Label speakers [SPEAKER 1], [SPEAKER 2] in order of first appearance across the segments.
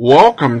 [SPEAKER 1] Welcome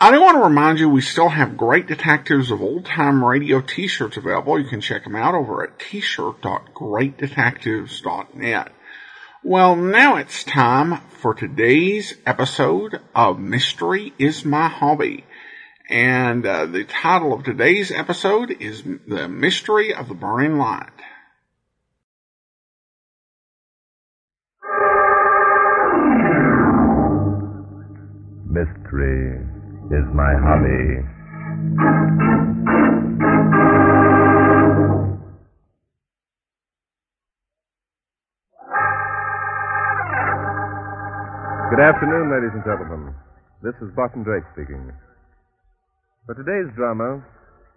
[SPEAKER 1] I do want to remind you we still have Great Detectives of Old Time Radio t-shirts available. You can check them out over at t-shirt.greatdetectives.net. Well, now it's time for today's episode of Mystery is My Hobby. And uh, the title of today's episode is The Mystery of the Burning Light.
[SPEAKER 2] Mystery is my hobby. Good afternoon, ladies and gentlemen. This is Barton Drake speaking. For today's drama,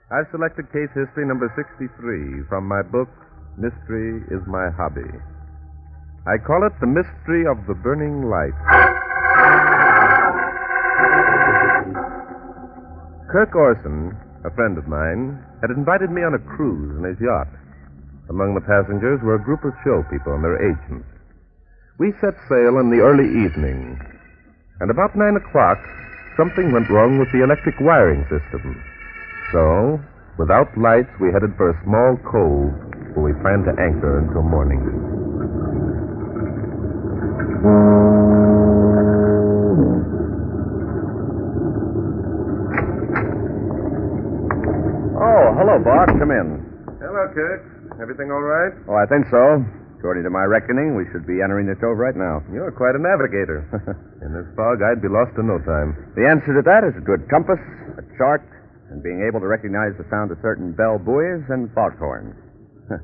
[SPEAKER 2] I've selected case history number 63 from my book, Mystery is My Hobby. I call it The Mystery of the Burning Light. Kirk Orson, a friend of mine, had invited me on a cruise in his yacht. Among the passengers were a group of show people and their agents. We set sail in the early evening, and about nine o'clock, something went wrong with the electric wiring system. So, without lights, we headed for a small cove where we planned to anchor until morning.
[SPEAKER 3] Oh, hello, Bart. Come in.
[SPEAKER 2] Hello, Kirk. Everything all right?
[SPEAKER 3] Oh, I think so. According to my reckoning, we should be entering the cove right now.
[SPEAKER 2] You're quite a navigator. in this fog, I'd be lost in no time.
[SPEAKER 3] The answer to that is a good compass, a chart, and being able to recognize the sound of certain bell buoys and foghorns.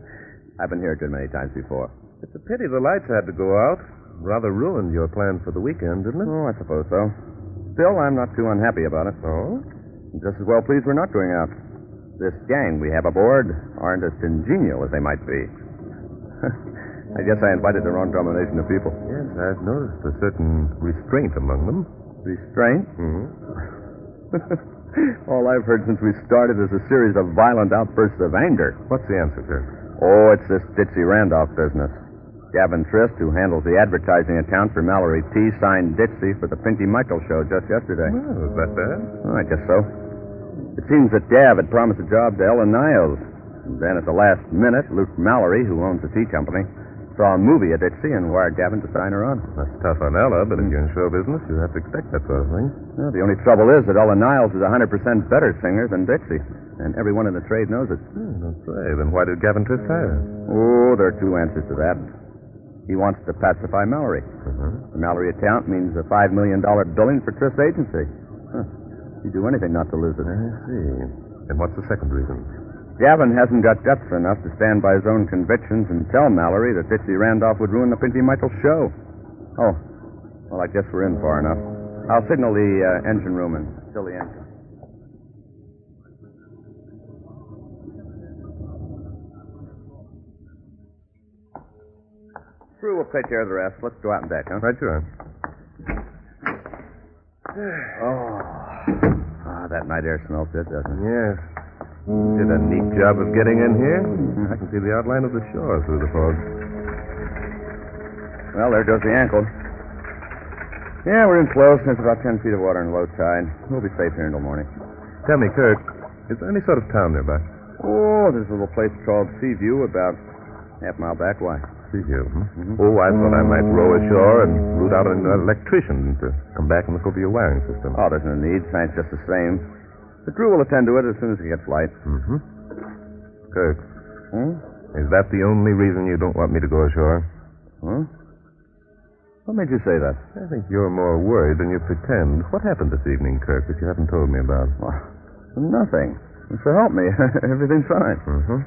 [SPEAKER 3] I've been here a good many times before.
[SPEAKER 2] It's a pity the lights had to go out. Rather ruined your plan for the weekend, didn't it?
[SPEAKER 3] Oh, I suppose so. Still, I'm not too unhappy about it.
[SPEAKER 2] Oh?
[SPEAKER 3] I'm just as well pleased we're not going out. This gang we have aboard aren't as congenial as they might be. I guess I invited the wrong combination of people.
[SPEAKER 2] Yes, I've noticed a certain restraint among them.
[SPEAKER 3] Restraint?
[SPEAKER 2] Hmm.
[SPEAKER 3] All I've heard since we started is a series of violent outbursts of anger.
[SPEAKER 2] What's the answer, Kirk?
[SPEAKER 3] Oh, it's this Ditsy Randolph business. Gavin Trist, who handles the advertising account for Mallory T, signed Ditsy for the Pinky Michael show just yesterday.
[SPEAKER 2] Well, is that bad?
[SPEAKER 3] Oh, I guess so. It seems that Gav had promised a job to Ellen Niles. And then at the last minute, Luke Mallory, who owns the tea company, saw a movie at Dixie and wired Gavin to sign her on.
[SPEAKER 2] That's tough on Ella, but if you're in show business, you have to expect that sort of thing.
[SPEAKER 3] Well, the only trouble is that Ellen Niles is a 100% better singer than Dixie, and everyone in the trade knows it.
[SPEAKER 2] Hmm, don't say. Then why did Gavin Trist hire? her?
[SPEAKER 3] Oh, there are two answers to that. He wants to pacify Mallory.
[SPEAKER 2] Uh-huh.
[SPEAKER 3] The Mallory account means a $5 million billing for Trist's agency. Huh. He'd do anything not to lose it.
[SPEAKER 2] I see. And what's the second reason?
[SPEAKER 3] Gavin hasn't got guts enough to stand by his own convictions and tell Mallory that Dixie Randolph would ruin the Pinky Michaels show. Oh, well, I guess we're in far enough. I'll signal the uh, engine room and fill the engine. Crew will take care of the rest. Let's go out and deck, huh?
[SPEAKER 2] Right, sure. Oh.
[SPEAKER 3] Ah, that night air smells good, doesn't it?
[SPEAKER 2] Yes. Did a neat job of getting in here. I can see the outline of the shore through the fog.
[SPEAKER 3] Well, there goes the ankle. Yeah, we're in close. There's about 10 feet of water in low tide. We'll be safe here until morning.
[SPEAKER 2] Tell me, Kirk, is there any sort of town nearby?
[SPEAKER 3] Oh, there's a little place called Seaview about half mile back. Why? Mm-hmm.
[SPEAKER 2] See you. hmm Oh, I thought I might row ashore and root out an electrician to come back and look over your wiring system.
[SPEAKER 3] Oh, there's no need. Thanks just the same. The crew will attend to it as soon as we get light.
[SPEAKER 2] Mm-hmm. Kirk,
[SPEAKER 3] Hmm?
[SPEAKER 2] is that the only reason you don't want me to go ashore?
[SPEAKER 3] Huh? What made you say that?
[SPEAKER 2] I think you're more worried than you pretend. What happened this evening, Kirk, that you haven't told me about?
[SPEAKER 3] Well, nothing. So help me. Everything's fine.
[SPEAKER 2] Mm-hmm.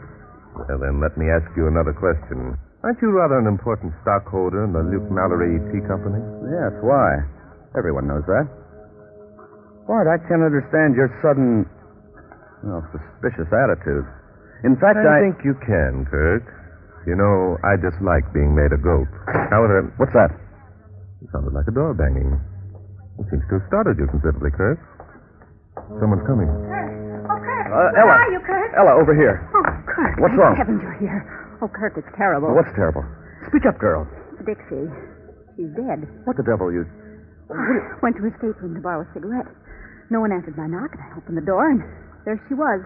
[SPEAKER 2] Well, then let me ask you another question. Aren't you rather an important stockholder in the Luke Mallory Tea Company?
[SPEAKER 3] Yes, why? Everyone knows that. Bart, I can't understand your sudden, well, suspicious attitude.
[SPEAKER 4] In fact,
[SPEAKER 2] I
[SPEAKER 4] I.
[SPEAKER 2] think you can, Kirk. You know, I dislike being made a goat. However,
[SPEAKER 4] What's that?
[SPEAKER 2] it sounded like a door banging. It seems to have startled you considerably, Kirk. Someone's coming.
[SPEAKER 5] Kirk. Oh, Kirk.
[SPEAKER 4] Uh,
[SPEAKER 5] Where
[SPEAKER 4] Ella.
[SPEAKER 5] are you, Kirk?
[SPEAKER 4] Ella, over here.
[SPEAKER 5] Oh, Kirk.
[SPEAKER 4] What's wrong?
[SPEAKER 5] thank Heaven you're here. Oh, Kirk, it's terrible.
[SPEAKER 4] What's terrible? Speak up, girl.
[SPEAKER 5] Dixie. She's dead.
[SPEAKER 4] What the devil? You.
[SPEAKER 5] Went to her stateroom to borrow a cigarette. No one answered my knock, and I opened the door, and there she was,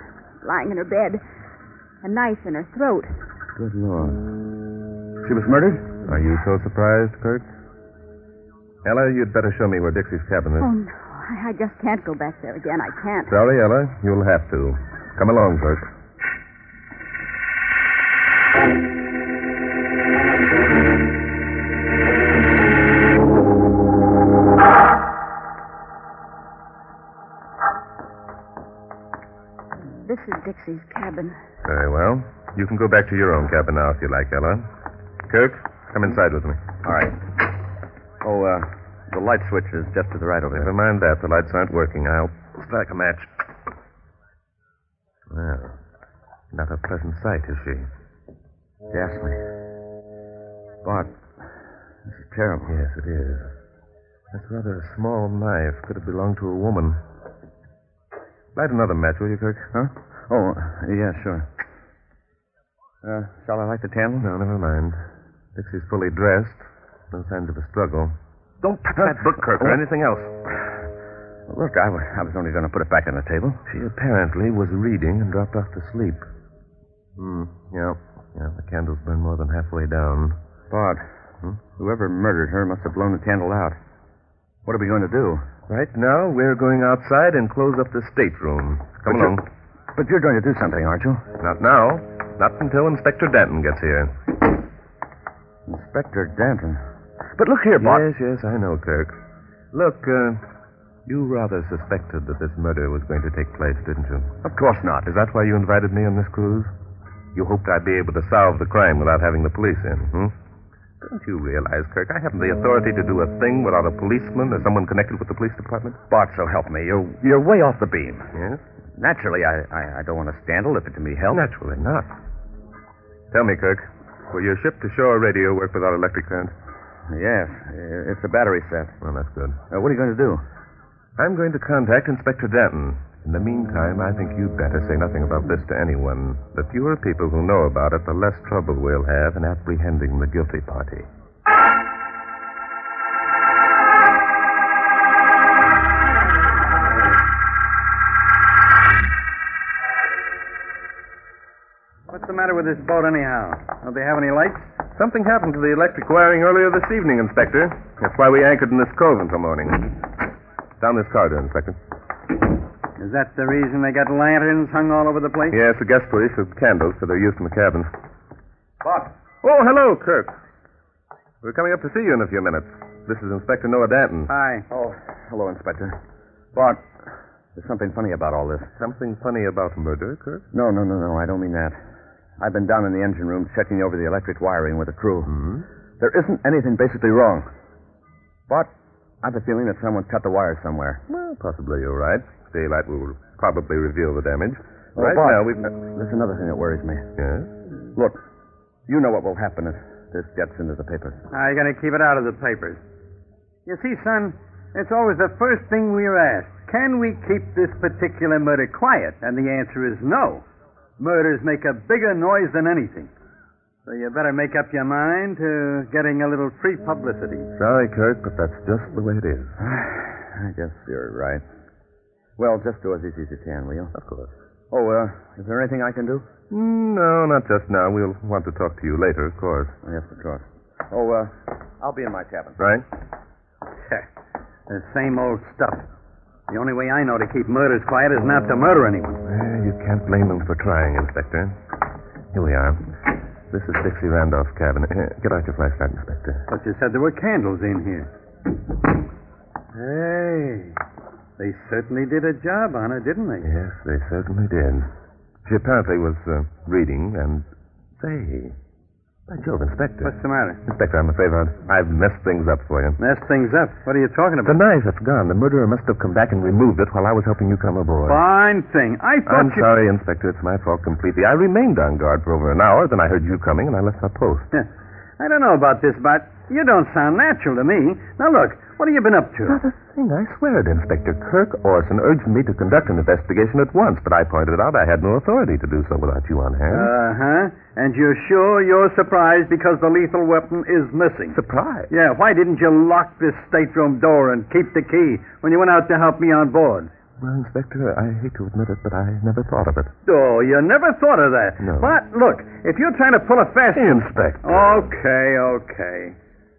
[SPEAKER 5] lying in her bed, a knife in her throat.
[SPEAKER 4] Good Lord. She was murdered?
[SPEAKER 2] Are you so surprised, Kirk? Ella, you'd better show me where Dixie's cabin is.
[SPEAKER 5] Oh, no. I, I just can't go back there again. I can't.
[SPEAKER 2] Sorry, Ella. You'll have to. Come along, Kirk.
[SPEAKER 5] This is Dixie's cabin.
[SPEAKER 2] Very well. You can go back to your own cabin now if you like, Ella. Kirk, come inside with me.
[SPEAKER 4] All right. Oh, uh, the light switch is just to the right over there.
[SPEAKER 2] Never mind that. The lights aren't working. I'll strike a match. Well, not a pleasant sight, is she?
[SPEAKER 4] Ghastly. Bart, this is terrible.
[SPEAKER 2] Yes, it is. That's rather a small knife. Could have belonged to a woman. Light another match, will you, Kirk?
[SPEAKER 4] Huh? Oh, yeah, sure. Uh, shall I light the candle?
[SPEAKER 2] No, never mind. Dixie's fully dressed. No signs of a struggle.
[SPEAKER 4] Don't touch
[SPEAKER 2] That book, Kirk, or anything else.
[SPEAKER 4] Look, I was, I was only going to put it back on the table.
[SPEAKER 2] She apparently was reading and dropped off to sleep. Hmm. Yeah. Yeah. The candle's burned more than halfway down.
[SPEAKER 4] Bart, Hmm? whoever murdered her must have blown the candle out. What are we going to do?
[SPEAKER 2] Right now, we're going outside and close up the stateroom. Come
[SPEAKER 4] But
[SPEAKER 2] along.
[SPEAKER 4] you're- But you're going to do something, aren't you?
[SPEAKER 2] Not now. Not until Inspector Danton gets here.
[SPEAKER 4] Inspector Danton. But look here, Bart.
[SPEAKER 2] Yes, yes, I know, Kirk. Look, uh, you rather suspected that this murder was going to take place, didn't you?
[SPEAKER 4] Of course not.
[SPEAKER 2] Is that why you invited me on this cruise? You hoped I'd be able to solve the crime without having the police in, hmm? Don't you realize, Kirk, I haven't the authority to do a thing without a policeman or someone connected with the police department?
[SPEAKER 4] Bart, so help me. You're, you're way off the beam.
[SPEAKER 2] Yes?
[SPEAKER 4] Naturally, I, I, I don't want a scandal if it can be helped.
[SPEAKER 2] Naturally not. Tell me, Kirk, will your ship to shore radio work without electric current?
[SPEAKER 4] Yes, i- it's a battery set.
[SPEAKER 2] Well, that's good.
[SPEAKER 4] Uh, what are you going to do?
[SPEAKER 2] I'm going to contact Inspector Danton. In the meantime, I think you'd better say nothing about this to anyone. The fewer people who know about it, the less trouble we'll have in apprehending the guilty party.
[SPEAKER 4] What's the matter with this boat, anyhow? Don't they have any lights?
[SPEAKER 2] Something happened to the electric wiring earlier this evening, Inspector. That's why we anchored in this cove until morning. Down this corridor, Inspector.
[SPEAKER 4] Is that the reason they got lanterns hung all over the place?
[SPEAKER 2] Yes, the guest police have candles for their use in the cabin.
[SPEAKER 4] Bart,
[SPEAKER 2] Oh, hello, Kirk. We're coming up to see you in a few minutes. This is Inspector Noah Danton.
[SPEAKER 4] Hi. Oh, hello, Inspector. Bart, there's something funny about all this.
[SPEAKER 2] Something funny about murder, Kirk?
[SPEAKER 4] No, no, no, no. I don't mean that. I've been down in the engine room checking over the electric wiring with the crew.
[SPEAKER 2] Hmm?
[SPEAKER 4] There isn't anything basically wrong. But I've a feeling that someone cut the wire somewhere.
[SPEAKER 2] Well, possibly you're right. Daylight will probably reveal the damage.
[SPEAKER 4] Oh,
[SPEAKER 2] right
[SPEAKER 4] Bart,
[SPEAKER 2] now, we've.
[SPEAKER 4] There's another thing that worries me.
[SPEAKER 2] Yes?
[SPEAKER 4] Look, you know what will happen if this gets into the papers.
[SPEAKER 3] Now, you're going to keep it out of the papers. You see, son, it's always the first thing we're asked. Can we keep this particular murder quiet? And the answer is no. Murders make a bigger noise than anything. So you better make up your mind to getting a little free publicity.
[SPEAKER 2] Sorry, Kirk, but that's just the way it is.
[SPEAKER 4] Ah, I guess you're right. Well, just do as easy as you can, will you?
[SPEAKER 2] Of course.
[SPEAKER 4] Oh, uh, is there anything I can do?
[SPEAKER 2] Mm, No, not just now. We'll want to talk to you later, of course.
[SPEAKER 4] Oh, yes, of course. Oh, uh, I'll be in my cabin.
[SPEAKER 2] Right?
[SPEAKER 3] the same old stuff. The only way I know to keep murders quiet is not to murder anyone.
[SPEAKER 2] Well, you can't blame them for trying, Inspector. Here we are. This is Dixie Randolph's cabin. Here, get out your flashlight, Inspector.
[SPEAKER 3] But you said there were candles in here. Hey, they certainly did a job on her, didn't they?
[SPEAKER 2] Yes, they certainly did. She apparently was uh, reading, and say, By Jove, Inspector.
[SPEAKER 6] What's the matter?
[SPEAKER 2] Inspector, I'm afraid I've, I've messed things up for you.
[SPEAKER 6] Mess things up. What are you talking
[SPEAKER 2] The
[SPEAKER 6] about?
[SPEAKER 2] knife, it's gone. The murderer must have come back and removed it while I was helping you come aboard.
[SPEAKER 6] Fine thing. I
[SPEAKER 2] I'm
[SPEAKER 6] thought you.
[SPEAKER 2] sorry, Inspector. It's my fault completely. I remained on guard for over an hour, then I heard you coming, and I left my post.
[SPEAKER 6] I don't know about this, but you don't sound natural to me. Now look, what have you been up to?
[SPEAKER 2] Not a thing. I swear it, Inspector. Kirk Orson urged me to conduct an investigation at once, but I pointed out I had no authority to do so without you on hand.
[SPEAKER 6] Uh huh. And you're sure you're surprised because the lethal weapon is missing?
[SPEAKER 2] Uh, Surprise.
[SPEAKER 6] Yeah, why didn't you lock this stateroom door and keep the key when you went out to help me on board?
[SPEAKER 2] Well, Inspector, I hate to admit it, but I never thought of it.
[SPEAKER 6] Oh, you never thought of that.
[SPEAKER 2] No.
[SPEAKER 6] But look, if you're trying to pull a fast.
[SPEAKER 2] Inspector.
[SPEAKER 6] Okay, okay.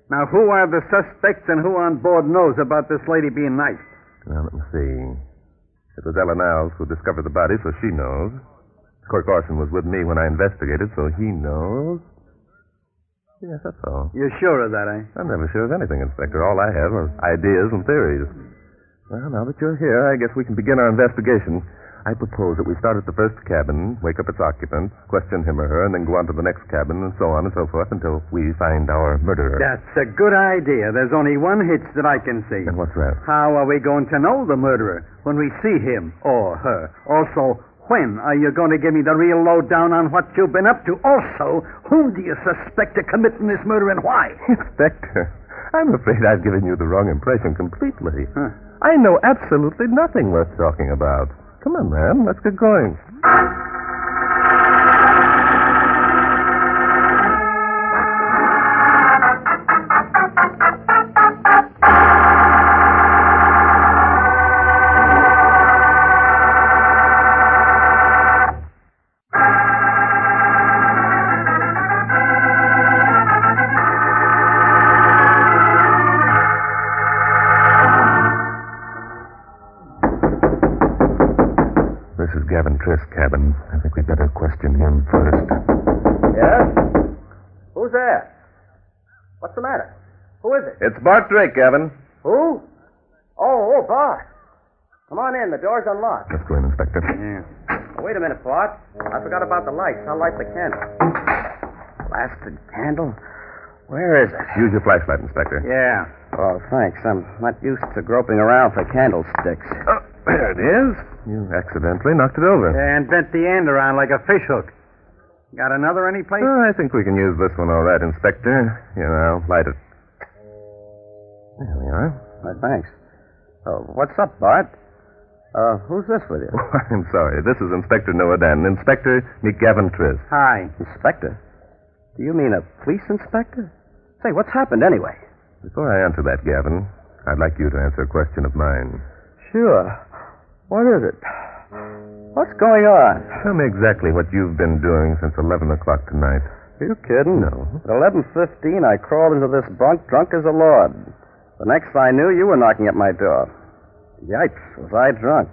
[SPEAKER 6] Now, who are the suspects and who on board knows about this lady being knifed?
[SPEAKER 2] Now, let me see. It was Ellen Niles who discovered the body, so she knows. Kirk Orson was with me when I investigated, so he knows. Yes, that's all.
[SPEAKER 6] You're sure of that, eh?
[SPEAKER 2] I'm never sure of anything, Inspector. All I have are ideas and theories. Well, now that you're here, I guess we can begin our investigation. I propose that we start at the first cabin, wake up its occupant, question him or her, and then go on to the next cabin, and so on and so forth until we find our murderer.
[SPEAKER 6] That's a good idea. There's only one hitch that I can see.
[SPEAKER 2] And what's that?
[SPEAKER 6] How are we going to know the murderer when we see him or her? Also, when are you going to give me the real lowdown on what you've been up to? Also, whom do you suspect of committing this murder and why?
[SPEAKER 2] Inspector, I'm afraid I've given you the wrong impression completely.
[SPEAKER 6] Huh.
[SPEAKER 2] I know absolutely nothing worth talking about. Come on, man, let's get going. This is Gavin Trist's cabin. I think we'd better question him first.
[SPEAKER 3] Yes? Who's there? What's the matter? Who is it?
[SPEAKER 2] It's Bart Drake, Gavin.
[SPEAKER 3] Who? Oh, oh, Bart. Come on in. The door's unlocked.
[SPEAKER 2] Let's go in, Inspector.
[SPEAKER 3] Wait a minute, Bart. I forgot about the lights. I'll light the candle. Blasted candle? Where is it?
[SPEAKER 2] Use your flashlight, Inspector.
[SPEAKER 3] Yeah. Oh, thanks. I'm not used to groping around for candlesticks.
[SPEAKER 2] Oh, there it is. You accidentally knocked it over.
[SPEAKER 6] And bent the end around like a fishhook. Got another any place?
[SPEAKER 2] Oh, I think we can use this one all right, Inspector. You know, light it. There we are.
[SPEAKER 3] Well, thanks. Oh, what's up, Bart? Uh, who's this with you?
[SPEAKER 2] Oh, I'm sorry. This is Inspector Noah Dan. Inspector, meet Gavin Trist.
[SPEAKER 6] Hi.
[SPEAKER 3] Inspector? Do you mean a police inspector? Say, what's happened anyway?
[SPEAKER 2] Before I answer that, Gavin, I'd like you to answer a question of mine.
[SPEAKER 3] Sure. What is it? What's going on?
[SPEAKER 2] Tell me exactly what you've been doing since 11 o'clock tonight.
[SPEAKER 3] Are you kidding?
[SPEAKER 2] No.
[SPEAKER 3] At 11.15, I crawled into this bunk drunk as a lord. The next I knew, you were knocking at my door. Yikes, was I drunk.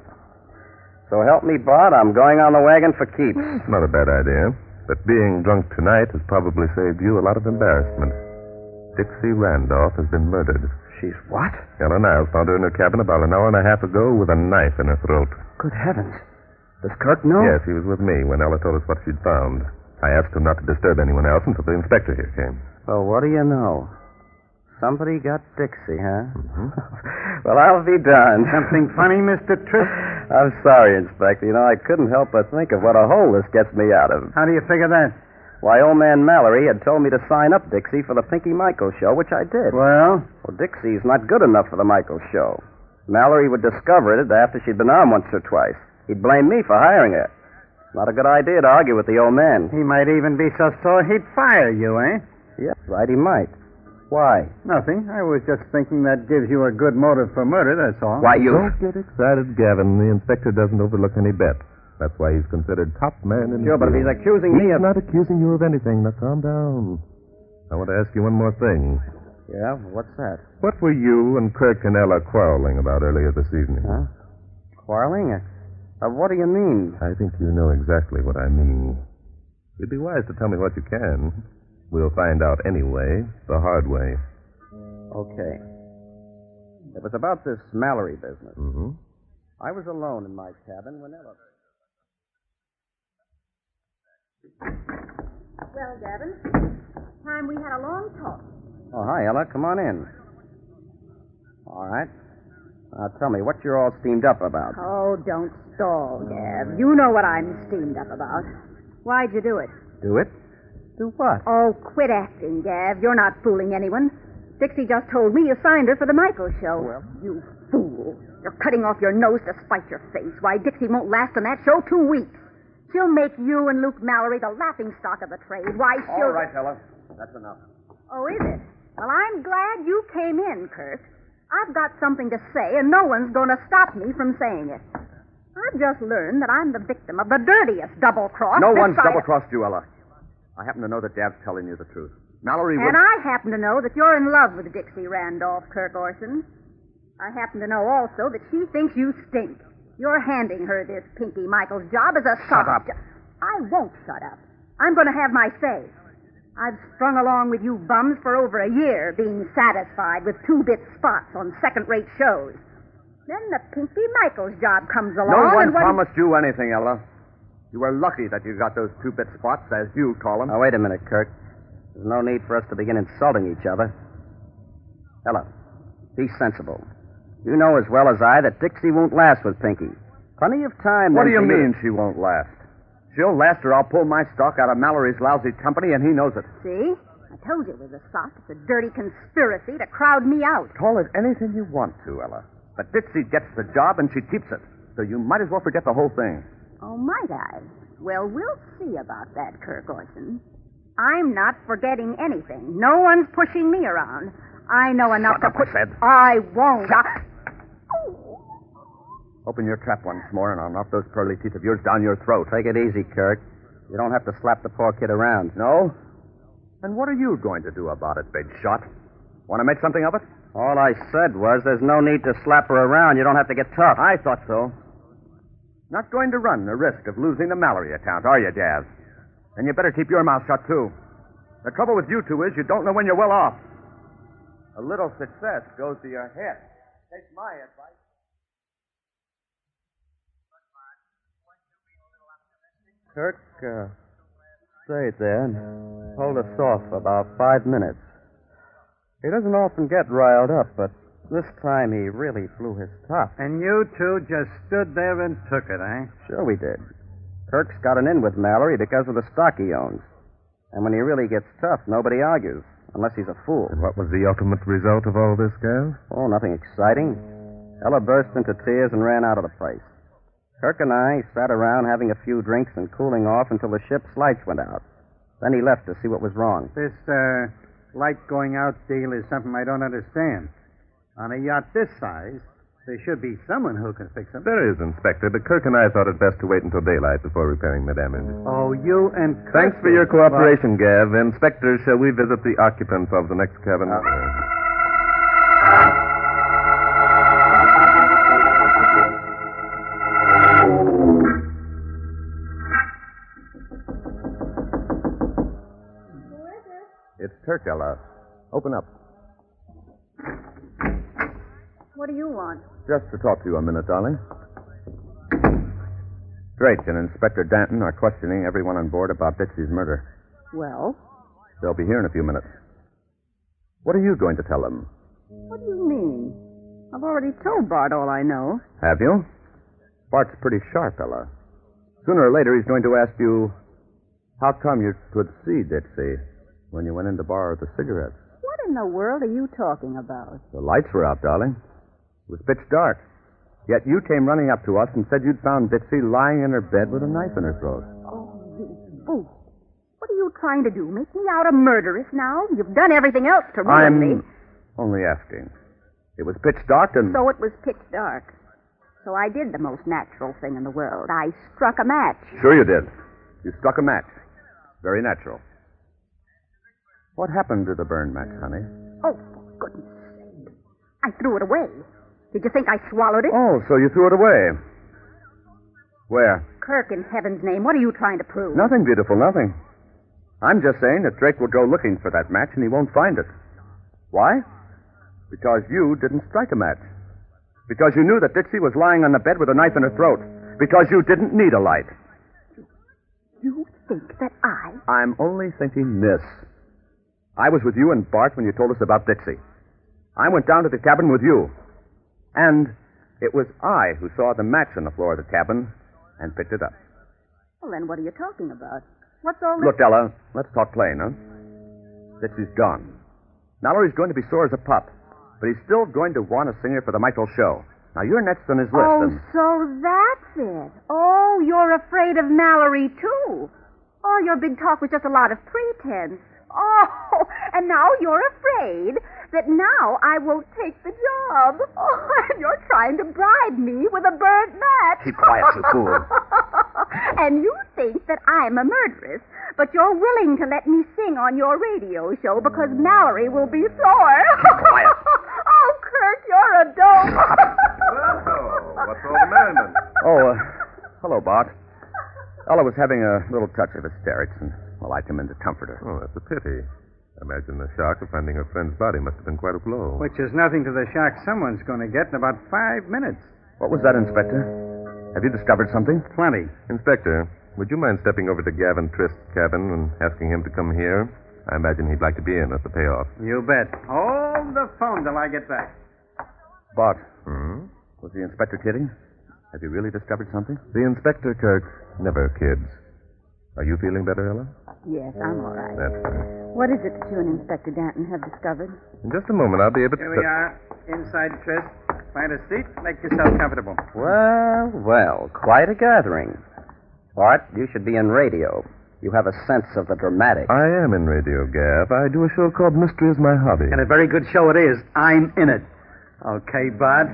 [SPEAKER 3] So help me, Bart, I'm going on the wagon for keeps.
[SPEAKER 2] It's not a bad idea, but being drunk tonight has probably saved you a lot of embarrassment. Dixie Randolph has been murdered.
[SPEAKER 3] She's what?
[SPEAKER 2] Ellen Niles found her in her cabin about an hour and a half ago with a knife in her throat.
[SPEAKER 3] Good heavens. Does Kirk know?
[SPEAKER 2] Yes, he was with me when Ella told us what she'd found. I asked him not to disturb anyone else until the inspector here came.
[SPEAKER 3] Well, what do you know? Somebody got Dixie, huh? well, I'll be darned.
[SPEAKER 6] Mm-hmm. Something funny, Mr. Trist?
[SPEAKER 3] I'm sorry, Inspector. You know, I couldn't help but think of what a hole this gets me out of.
[SPEAKER 6] How do you figure that?
[SPEAKER 3] Why, old man Mallory had told me to sign up Dixie for the Pinky Michael show, which I did.
[SPEAKER 6] Well,
[SPEAKER 3] Well, Dixie's not good enough for the Michael show. Mallory would discover it after she'd been on once or twice. He'd blame me for hiring her. Not a good idea to argue with the old man.
[SPEAKER 6] he might even be so sore he'd fire you, eh?
[SPEAKER 3] Yeah, right, he might. Why?
[SPEAKER 6] Nothing. I was just thinking that gives you a good motive for murder, that's all.
[SPEAKER 3] Why, you.
[SPEAKER 2] Don't get excited, Gavin. The inspector doesn't overlook any bet. That's why he's considered top man in
[SPEAKER 3] Sure,
[SPEAKER 2] the
[SPEAKER 3] but if he's
[SPEAKER 2] field.
[SPEAKER 3] accusing me
[SPEAKER 2] He's
[SPEAKER 3] of.
[SPEAKER 2] not accusing you of anything. Now calm down. I want to ask you one more thing.
[SPEAKER 3] Yeah, what's that?
[SPEAKER 2] What were you and Kirk and Ella quarreling about earlier this evening?
[SPEAKER 3] Huh? Quarreling? Uh, what do you mean?
[SPEAKER 2] I think you know exactly what I mean. You'd be wise to tell me what you can. We'll find out anyway, the hard way.
[SPEAKER 3] Okay. It was about this Mallory business.
[SPEAKER 2] Mm-hmm.
[SPEAKER 3] I was alone in my cabin when Ella.
[SPEAKER 7] Well, Gavin,
[SPEAKER 5] time we had a long talk.
[SPEAKER 3] Oh, hi, Ella. Come on in. All right. Now tell me, what you're all steamed up about?
[SPEAKER 5] Oh, don't stall, Deb. You know what I'm steamed up about.
[SPEAKER 7] Why'd you do it?
[SPEAKER 3] Do it? Do what?
[SPEAKER 5] Oh, quit acting, Gav. You're not fooling anyone. Dixie just told me you signed her for the Michael show. Well, you fool. You're cutting off your nose to spite your face. Why, Dixie won't last on that show two weeks. She'll make you and Luke Mallory the laughing stock of the trade. Why, she'll.
[SPEAKER 3] All right, Ella. That's enough.
[SPEAKER 5] Oh, is it? Well, I'm glad you came in, Kirk. I've got something to say, and no one's going to stop me from saying it. I've just learned that I'm the victim of the dirtiest double cross.
[SPEAKER 3] No one's double crossed you, Ella. I happen to know that Dab's telling you the truth. Mallory would.
[SPEAKER 5] And I happen to know that you're in love with Dixie Randolph, Kirk Orson. I happen to know also that she thinks you stink. You're handing her this Pinky Michaels job as a
[SPEAKER 3] Shut
[SPEAKER 5] soft
[SPEAKER 3] up.
[SPEAKER 5] jo- I won't shut up. I'm going to have my say. I've strung along with you bums for over a year, being satisfied with two-bit spots on second-rate shows. Then the Pinky Michaels job comes along.
[SPEAKER 3] No
[SPEAKER 5] and
[SPEAKER 3] one
[SPEAKER 5] what-
[SPEAKER 3] promised you anything, Ella. You were lucky that you got those two bit spots, as you call them.
[SPEAKER 8] Now, wait a minute, Kirk. There's no need for us to begin insulting each other. Ella, be sensible. You know as well as I that Dixie won't last with Pinky. Plenty of time.
[SPEAKER 3] what do
[SPEAKER 8] then
[SPEAKER 2] uh,
[SPEAKER 3] you
[SPEAKER 8] for
[SPEAKER 3] mean she won't last? She'll last, or I'll pull my stock out of Mallory's lousy company, and he knows it.
[SPEAKER 5] See? I told you it was a sock. It's a dirty conspiracy to crowd me out.
[SPEAKER 3] Call it anything you want to, Ella. But Dixie gets the job, and she keeps it. So you might as well forget the whole thing.
[SPEAKER 5] Oh, might I? Well, we'll see about that, Kirk Orson. I'm not forgetting anything. No one's pushing me around. I know enough
[SPEAKER 3] Shut
[SPEAKER 5] to
[SPEAKER 3] up, I
[SPEAKER 5] put.
[SPEAKER 3] said.
[SPEAKER 5] I Oh, won't.
[SPEAKER 3] Open your trap once more, and I'll knock those pearly teeth of yours down your throat.
[SPEAKER 8] Take it easy, Kirk. You don't have to slap the poor kid around.
[SPEAKER 3] No? And what are you going to do about it, big shot? Want to make something of it?
[SPEAKER 8] All I said was there's no need to slap her around. You don't have to get tough.
[SPEAKER 3] I thought so. Not going to run the risk of losing the Mallory account, are you, Daz? Then you better keep your mouth shut, too. The trouble with you two is you don't know when you're well off. A little success goes to your head. Take my advice.
[SPEAKER 8] Kirk, uh, stay there and hold us off for about five minutes. He doesn't often get riled up, but this time he really blew his top.
[SPEAKER 6] And you two just stood there and took it, eh?
[SPEAKER 8] Sure we did. Kirk's got an in with Mallory because of the stock he owns. And when he really gets tough, nobody argues, unless he's a fool.
[SPEAKER 2] And what was the ultimate result of all this, Gav?
[SPEAKER 8] Oh, nothing exciting. Ella burst into tears and ran out of the place. Kirk and I sat around having a few drinks and cooling off until the ship's lights went out. Then he left to see what was wrong.
[SPEAKER 6] This uh, light going out deal is something I don't understand. On a yacht this size, there should be someone who can fix them.
[SPEAKER 2] There is, Inspector, but Kirk and I thought it best to wait until daylight before repairing the damage.
[SPEAKER 6] Oh, you and Kirk-
[SPEAKER 2] Thanks for your cooperation, Gav. Inspector, shall we visit the occupants of the next cabin?
[SPEAKER 3] It's Kirk, Ella. Open up.
[SPEAKER 7] What do you want?
[SPEAKER 3] Just to talk to you a minute, darling. Drake and Inspector Danton are questioning everyone on board about Dixie's murder.
[SPEAKER 7] Well,
[SPEAKER 3] They'll be here in a few minutes. What are you going to tell them?
[SPEAKER 7] what do you mean? I've already told Bart all I know.
[SPEAKER 3] Have you? Bart's pretty sharp, Ella. Sooner or later, he's going to ask you how come you could see Dixie when you went in to borrow the cigarettes.
[SPEAKER 7] What in the world are you talking about?
[SPEAKER 3] The lights were out, darling. It was pitch dark. Yet you came running up to us and said you'd found Dixie lying in her bed with a knife in her throat.
[SPEAKER 7] Oh, you fool. What are you trying to do? Make me out a murderess now? You've done everything else to ruin me.
[SPEAKER 3] I'm only asking. It was pitch dark and.
[SPEAKER 7] So it was pitch dark. So I did the most natural thing in the world. I struck a match.
[SPEAKER 3] Sure you did. You struck a match. Very natural. What happened to the burn match, honey?
[SPEAKER 7] Oh, for goodness sake. I threw it away. Did you think I swallowed it?
[SPEAKER 3] Oh, so you threw it away. Where?
[SPEAKER 7] Kirk, in heaven's name, what are you trying to prove?
[SPEAKER 3] Nothing, beautiful, nothing. I'm just saying that Drake will go looking for that match and he won't find it. Why? Because you didn't strike a match. Because you knew that Dixie was lying on the bed with a knife in her throat. Because you didn't need a light.
[SPEAKER 7] You think that I.
[SPEAKER 3] I'm only thinking this. I was with you and Bart when you told us about Dixie. I went down to the cabin with you. And it was I who saw the match on the floor of the cabin and picked it up.
[SPEAKER 5] Well, then what are you talking about? What's all this?
[SPEAKER 3] Look, Ella, let's talk plain, huh? Dixie's gone. Mallory's going to be sore as a pup, but he's still going to want to sing her for the Michael show. Now, you're next on his list.
[SPEAKER 5] oh,
[SPEAKER 3] and...
[SPEAKER 5] so that's it. Oh, you're afraid of Mallory, too. All your big talk was just a lot of pretense. Oh, and now you're afraid that now I won't take the job. Oh, and you're trying to bribe me with a burnt match.
[SPEAKER 3] Keep quiet, you fool.
[SPEAKER 5] and you think that I'm a murderess, but you're willing to let me sing on your radio show because Mallory will be sore.
[SPEAKER 3] Keep quiet.
[SPEAKER 5] oh, Kirk, you're a dope.
[SPEAKER 9] what's all the matter then?
[SPEAKER 3] Oh, uh, hello, Bart. Ella was having a little touch of hysterics, and, well, I come in to comfort her.
[SPEAKER 2] Oh, that's a pity. I imagine the shock of finding her friend's body must have been quite a blow.
[SPEAKER 6] Which is nothing to the shock someone's going to get in about five minutes.
[SPEAKER 3] What was that, Inspector? Have you discovered something?
[SPEAKER 6] Plenty.
[SPEAKER 2] Inspector, would you mind stepping over to Gavin Trist's cabin and asking him to come here? I imagine he'd like to be in at the payoff.
[SPEAKER 6] You bet. Hold the phone till I get back.
[SPEAKER 3] Bart,
[SPEAKER 2] Hmm?
[SPEAKER 3] was the inspector kidding? Have you really discovered something?
[SPEAKER 2] The Inspector Kirk never kids. Are you feeling better, Ella?
[SPEAKER 7] Yes, I'm all right.
[SPEAKER 2] That's fine.
[SPEAKER 7] What is it that you and Inspector Danton have discovered?
[SPEAKER 2] In just a moment, I'll be able to.
[SPEAKER 6] Here we are, inside Trist. Find a seat. Make yourself comfortable.
[SPEAKER 8] Well, well, quite a gathering. Bart, you should be in radio. You have a sense of the dramatic.
[SPEAKER 2] I am in radio, Gav. I do a show called Mystery is My Hobby.
[SPEAKER 6] And a very good show it is. I'm in it. Okay, Bud.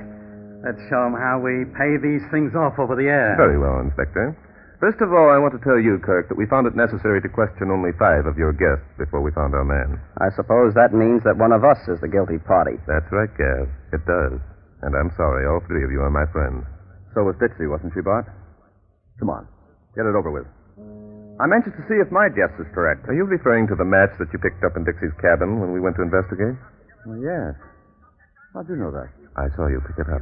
[SPEAKER 6] Let's show 'em how we pay these things off over the air.
[SPEAKER 2] Very well, Inspector. First of all, I want to tell you, Kirk, that we found it necessary to question only five of your guests before we found our man.
[SPEAKER 8] I suppose that means that one of us is the guilty party.
[SPEAKER 2] That's right, Gav. It does. And I'm sorry, all three of you are my friends.
[SPEAKER 3] So was Dixie, wasn't she, Bart? Come on, get it over with. I'm anxious to see if my guess is correct.
[SPEAKER 2] Are you referring to the match that you picked up in Dixie's cabin when we went to investigate?
[SPEAKER 3] Well, yes. How'd you know that?
[SPEAKER 2] I saw you pick it up.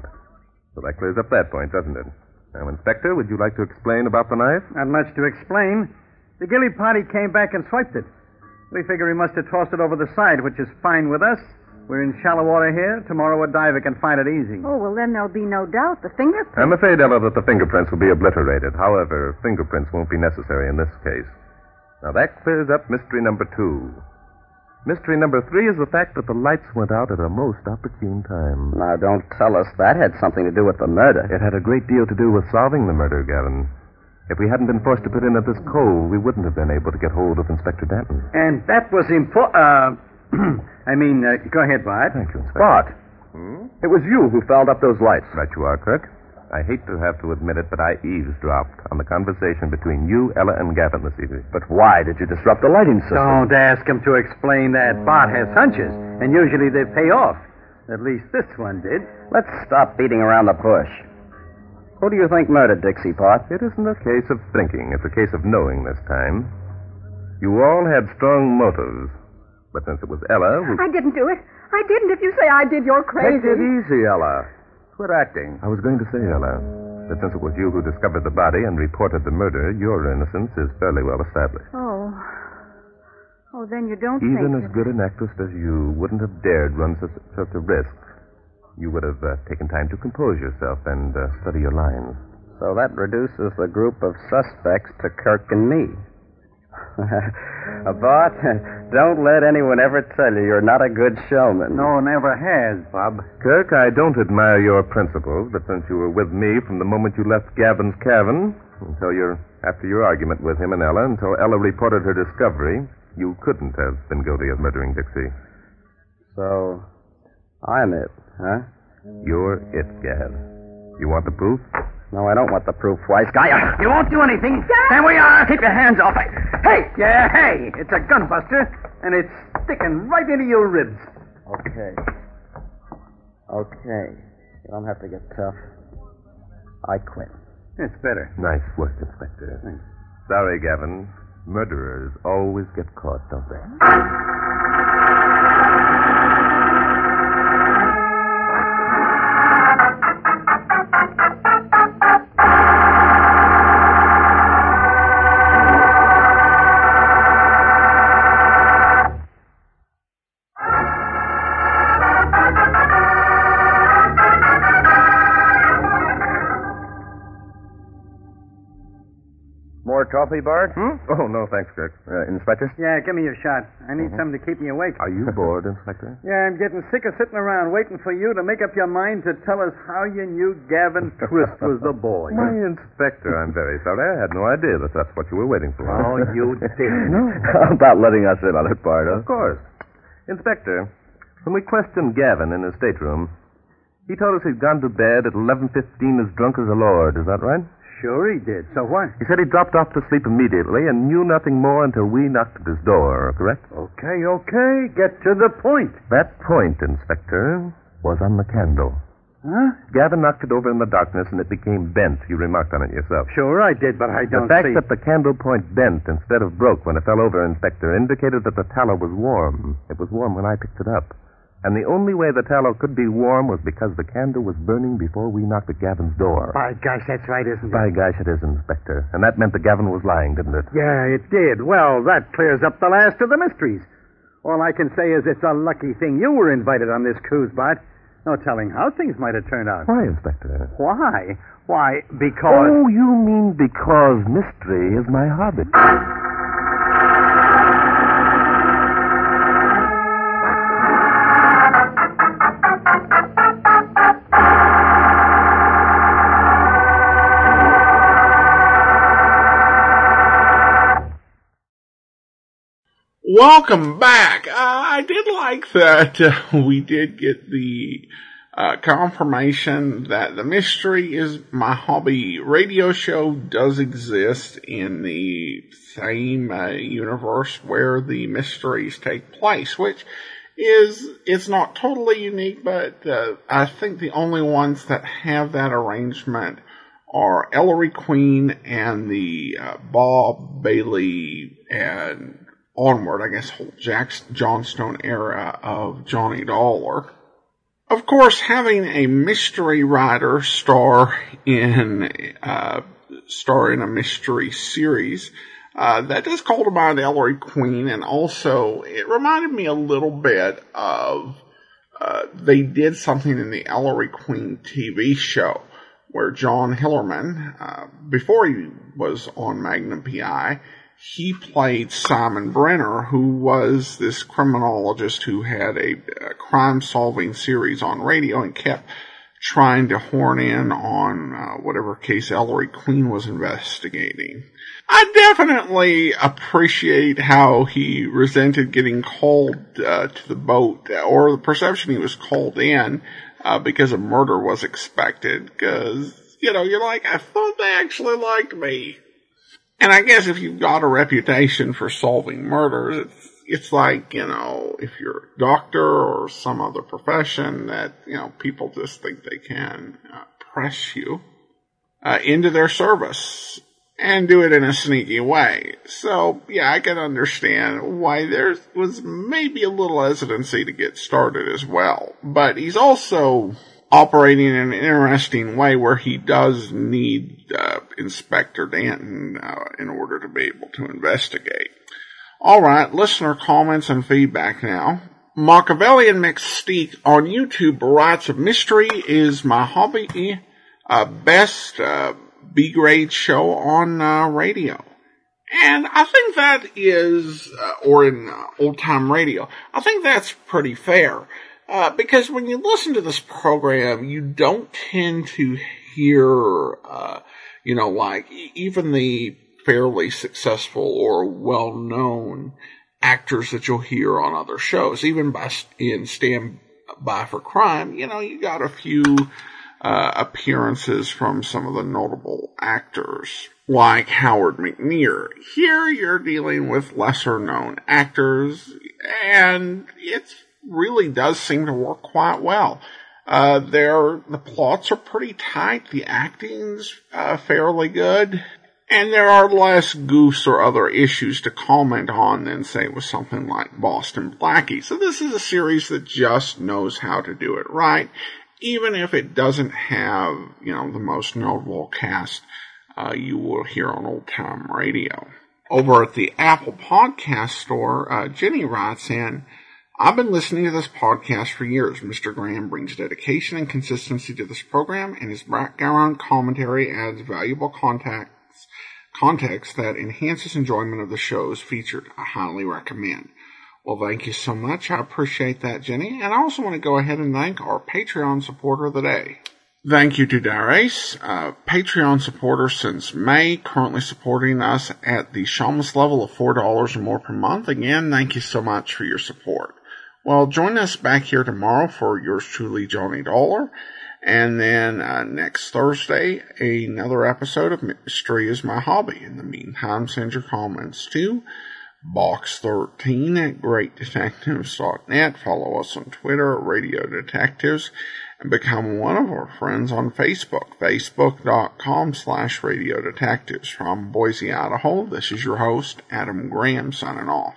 [SPEAKER 2] So that clears up that point, doesn't it? Now, Inspector, would you like to explain about the knife?
[SPEAKER 6] Not much to explain. The Gilly party came back and swiped it. We figure he must have tossed it over the side, which is fine with us. We're in shallow water here. Tomorrow a diver can find it easy.
[SPEAKER 7] Oh, well, then there'll be no doubt. The fingerprint.
[SPEAKER 2] I'm afraid, Ella, that the fingerprints will be obliterated. However, fingerprints won't be necessary in this case. Now, that clears up mystery number two. Mystery number three is the fact that the lights went out at a most opportune time.
[SPEAKER 8] Now, don't tell us that had something to do with the murder.
[SPEAKER 2] It had a great deal to do with solving the murder, Gavin. If we hadn't been forced to put in at this cove, we wouldn't have been able to get hold of Inspector Danton.
[SPEAKER 6] And that was important. Uh, I mean, uh, go ahead, Bud.
[SPEAKER 2] Thank you, Inspector. Hmm?
[SPEAKER 3] Bart, it was you who fouled up those lights.
[SPEAKER 2] Right you are, Kirk. I hate to have to admit it, but I eavesdropped on the conversation between you, Ella, and Gavin this evening.
[SPEAKER 3] But why did you disrupt the lighting system?
[SPEAKER 6] Don't ask him to explain that. Bart has hunches, and usually they pay off. At least this one did.
[SPEAKER 8] Let's stop beating around the bush. Who do you think murdered Dixie Pot?
[SPEAKER 2] It isn't a case of thinking, it's a case of knowing this time. You all had strong motives, but since it was Ella who.
[SPEAKER 5] I didn't do it. I didn't. If you say I did, you're
[SPEAKER 3] Take it
[SPEAKER 5] crazy.
[SPEAKER 3] easy, Ella. Quit acting.
[SPEAKER 2] I was going to say, Ella, that since it was you who discovered the body and reported the murder, your innocence is fairly well established.
[SPEAKER 7] Oh. Oh, then you don't
[SPEAKER 2] Even
[SPEAKER 7] think.
[SPEAKER 2] as good an actress as you wouldn't have dared run such, such a risk. You would have uh, taken time to compose yourself and uh, study your lines.
[SPEAKER 8] So that reduces the group of suspects to Kirk and me. Bart, don't let anyone ever tell you you're not a good showman.
[SPEAKER 6] No, never has, Bob.
[SPEAKER 2] Kirk, I don't admire your principles, but since you were with me from the moment you left Gavin's cabin until your after your argument with him and Ella, until Ella reported her discovery, you couldn't have been guilty of murdering Dixie.
[SPEAKER 8] So, I'm it, huh?
[SPEAKER 2] You're it, Gav. You want the proof?
[SPEAKER 8] No, I don't want the proof, wise guy.
[SPEAKER 6] Uh, You won't do anything. There we are. Keep your hands off it. Hey, yeah, hey. It's a gunbuster, and it's sticking right into your ribs.
[SPEAKER 8] Okay. Okay. You don't have to get tough. I quit.
[SPEAKER 6] It's better.
[SPEAKER 2] Nice work, Inspector. Sorry, Gavin. Murderers always get caught, don't they?
[SPEAKER 8] coffee, Bart?
[SPEAKER 2] Hmm? Oh, no, thanks, Kirk.
[SPEAKER 3] Uh, Inspector?
[SPEAKER 6] Yeah, give me your shot. I need something to keep me awake.
[SPEAKER 2] Are you bored, Inspector?
[SPEAKER 6] Yeah, I'm getting sick of sitting around waiting for you to make up your mind to tell us how you knew Gavin Twist was the boy.
[SPEAKER 2] My Inspector, I'm very sorry. I had no idea that that's what you were waiting for.
[SPEAKER 6] Oh, you didn't.
[SPEAKER 3] How about letting us in on it, Bart? huh?
[SPEAKER 2] Of course. Inspector, when we questioned Gavin in his stateroom, he told us he'd gone to bed at 11.15 as drunk as a lord. Is that right?
[SPEAKER 6] Sure he did. So what?
[SPEAKER 2] He said he dropped off to sleep immediately and knew nothing more until we knocked at his door, correct?
[SPEAKER 6] Okay, okay. Get to the point.
[SPEAKER 2] That point, Inspector, was on the candle.
[SPEAKER 6] Huh?
[SPEAKER 2] Gavin knocked it over in the darkness and it became bent. You remarked on it yourself.
[SPEAKER 6] Sure I did, but I
[SPEAKER 2] The
[SPEAKER 6] don't
[SPEAKER 2] fact
[SPEAKER 6] see.
[SPEAKER 2] that the candle point bent instead of broke when it fell over, Inspector, indicated that the tallow was warm. It was warm when I picked it up. And the only way the tallow could be warm was because the candle was burning before we knocked at Gavin's door.
[SPEAKER 6] By gosh, that's right, isn't
[SPEAKER 2] By gosh, it is, Inspector. And that meant that Gavin was lying, didn't it?
[SPEAKER 6] Yeah, it did. Well, that clears up the last of the mysteries. All I can say is it's a lucky thing you were invited on this cruise, Bart. No telling how things might have turned out.
[SPEAKER 2] Why, Inspector?
[SPEAKER 6] Why? Why? Because.
[SPEAKER 2] Oh, you mean because mystery is my hobby.
[SPEAKER 1] Welcome back. Uh, I did like that uh, we did get the uh, confirmation that the mystery is my hobby radio show does exist in the same uh, universe where the mysteries take place, which is it's not totally unique, but uh, I think the only ones that have that arrangement are Ellery Queen and the uh, Bob Bailey and onward, I guess, whole Jack's Johnstone era of Johnny Dollar. Of course, having a mystery writer star in uh, star in a mystery series uh, that does call to mind Ellery Queen, and also it reminded me a little bit of uh, they did something in the Ellery Queen TV show where John Hillerman, uh, before he was on Magnum PI, he played Simon Brenner, who was this criminologist who had a, a crime solving series on radio and kept trying to horn in on uh, whatever case Ellery Queen was investigating. I definitely appreciate how he resented getting called uh, to the boat, or the perception he was called in uh, because a murder was expected. Because you know, you're like, I thought they actually liked me. And I guess if you've got a reputation for solving murders, it's it's like you know if you're a doctor or some other profession that you know people just think they can uh, press you uh, into their service and do it in a sneaky way. So yeah, I can understand why there was maybe a little hesitancy to get started as well. But he's also operating in an interesting way where he does need uh, Inspector Danton uh, in order to be able to investigate. All right, listener comments and feedback now. Machiavellian Mystique on YouTube writes, "Mystery is my hobby, uh, best uh, B grade show on uh, radio." And I think that is, uh, or in uh, old time radio, I think that's pretty fair. Uh, because when you listen to this program, you don't tend to hear, uh, you know, like e- even the fairly successful or well known actors that you'll hear on other shows, even by, s- in Stand By for Crime, you know, you got a few, uh, appearances from some of the notable actors, like Howard McNear. Here you're dealing with lesser known actors, and it really does seem to work quite well. Uh, there, the plots are pretty tight, the acting's uh, fairly good, and there are less goofs or other issues to comment on than say with something like Boston Blackie. So this is a series that just knows how to do it right, even if it doesn't have, you know, the most notable cast uh, you will hear on old time radio. Over at the Apple Podcast Store, uh, Jenny writes in, I've been listening to this podcast for years. Mr. Graham brings dedication and consistency to this program, and his background commentary adds valuable context context that enhances enjoyment of the shows featured. I highly recommend. Well, thank you so much. I appreciate that, Jenny. And I also want to go ahead and thank our Patreon supporter of the day. Thank you to Darace, a Patreon supporter since May, currently supporting us at the shameless level of $4 or more per month. Again, thank you so much for your support. Well, join us back here tomorrow for yours truly, Johnny Dollar. And then uh, next Thursday, another episode of Mystery is My Hobby. In the meantime, send your comments to box13 at greatdetectives.net. Follow us on Twitter at Radio Detectives and become one of our friends on Facebook, facebook.com slash radio detectives. From Boise, Idaho, this is your host, Adam Graham, signing off.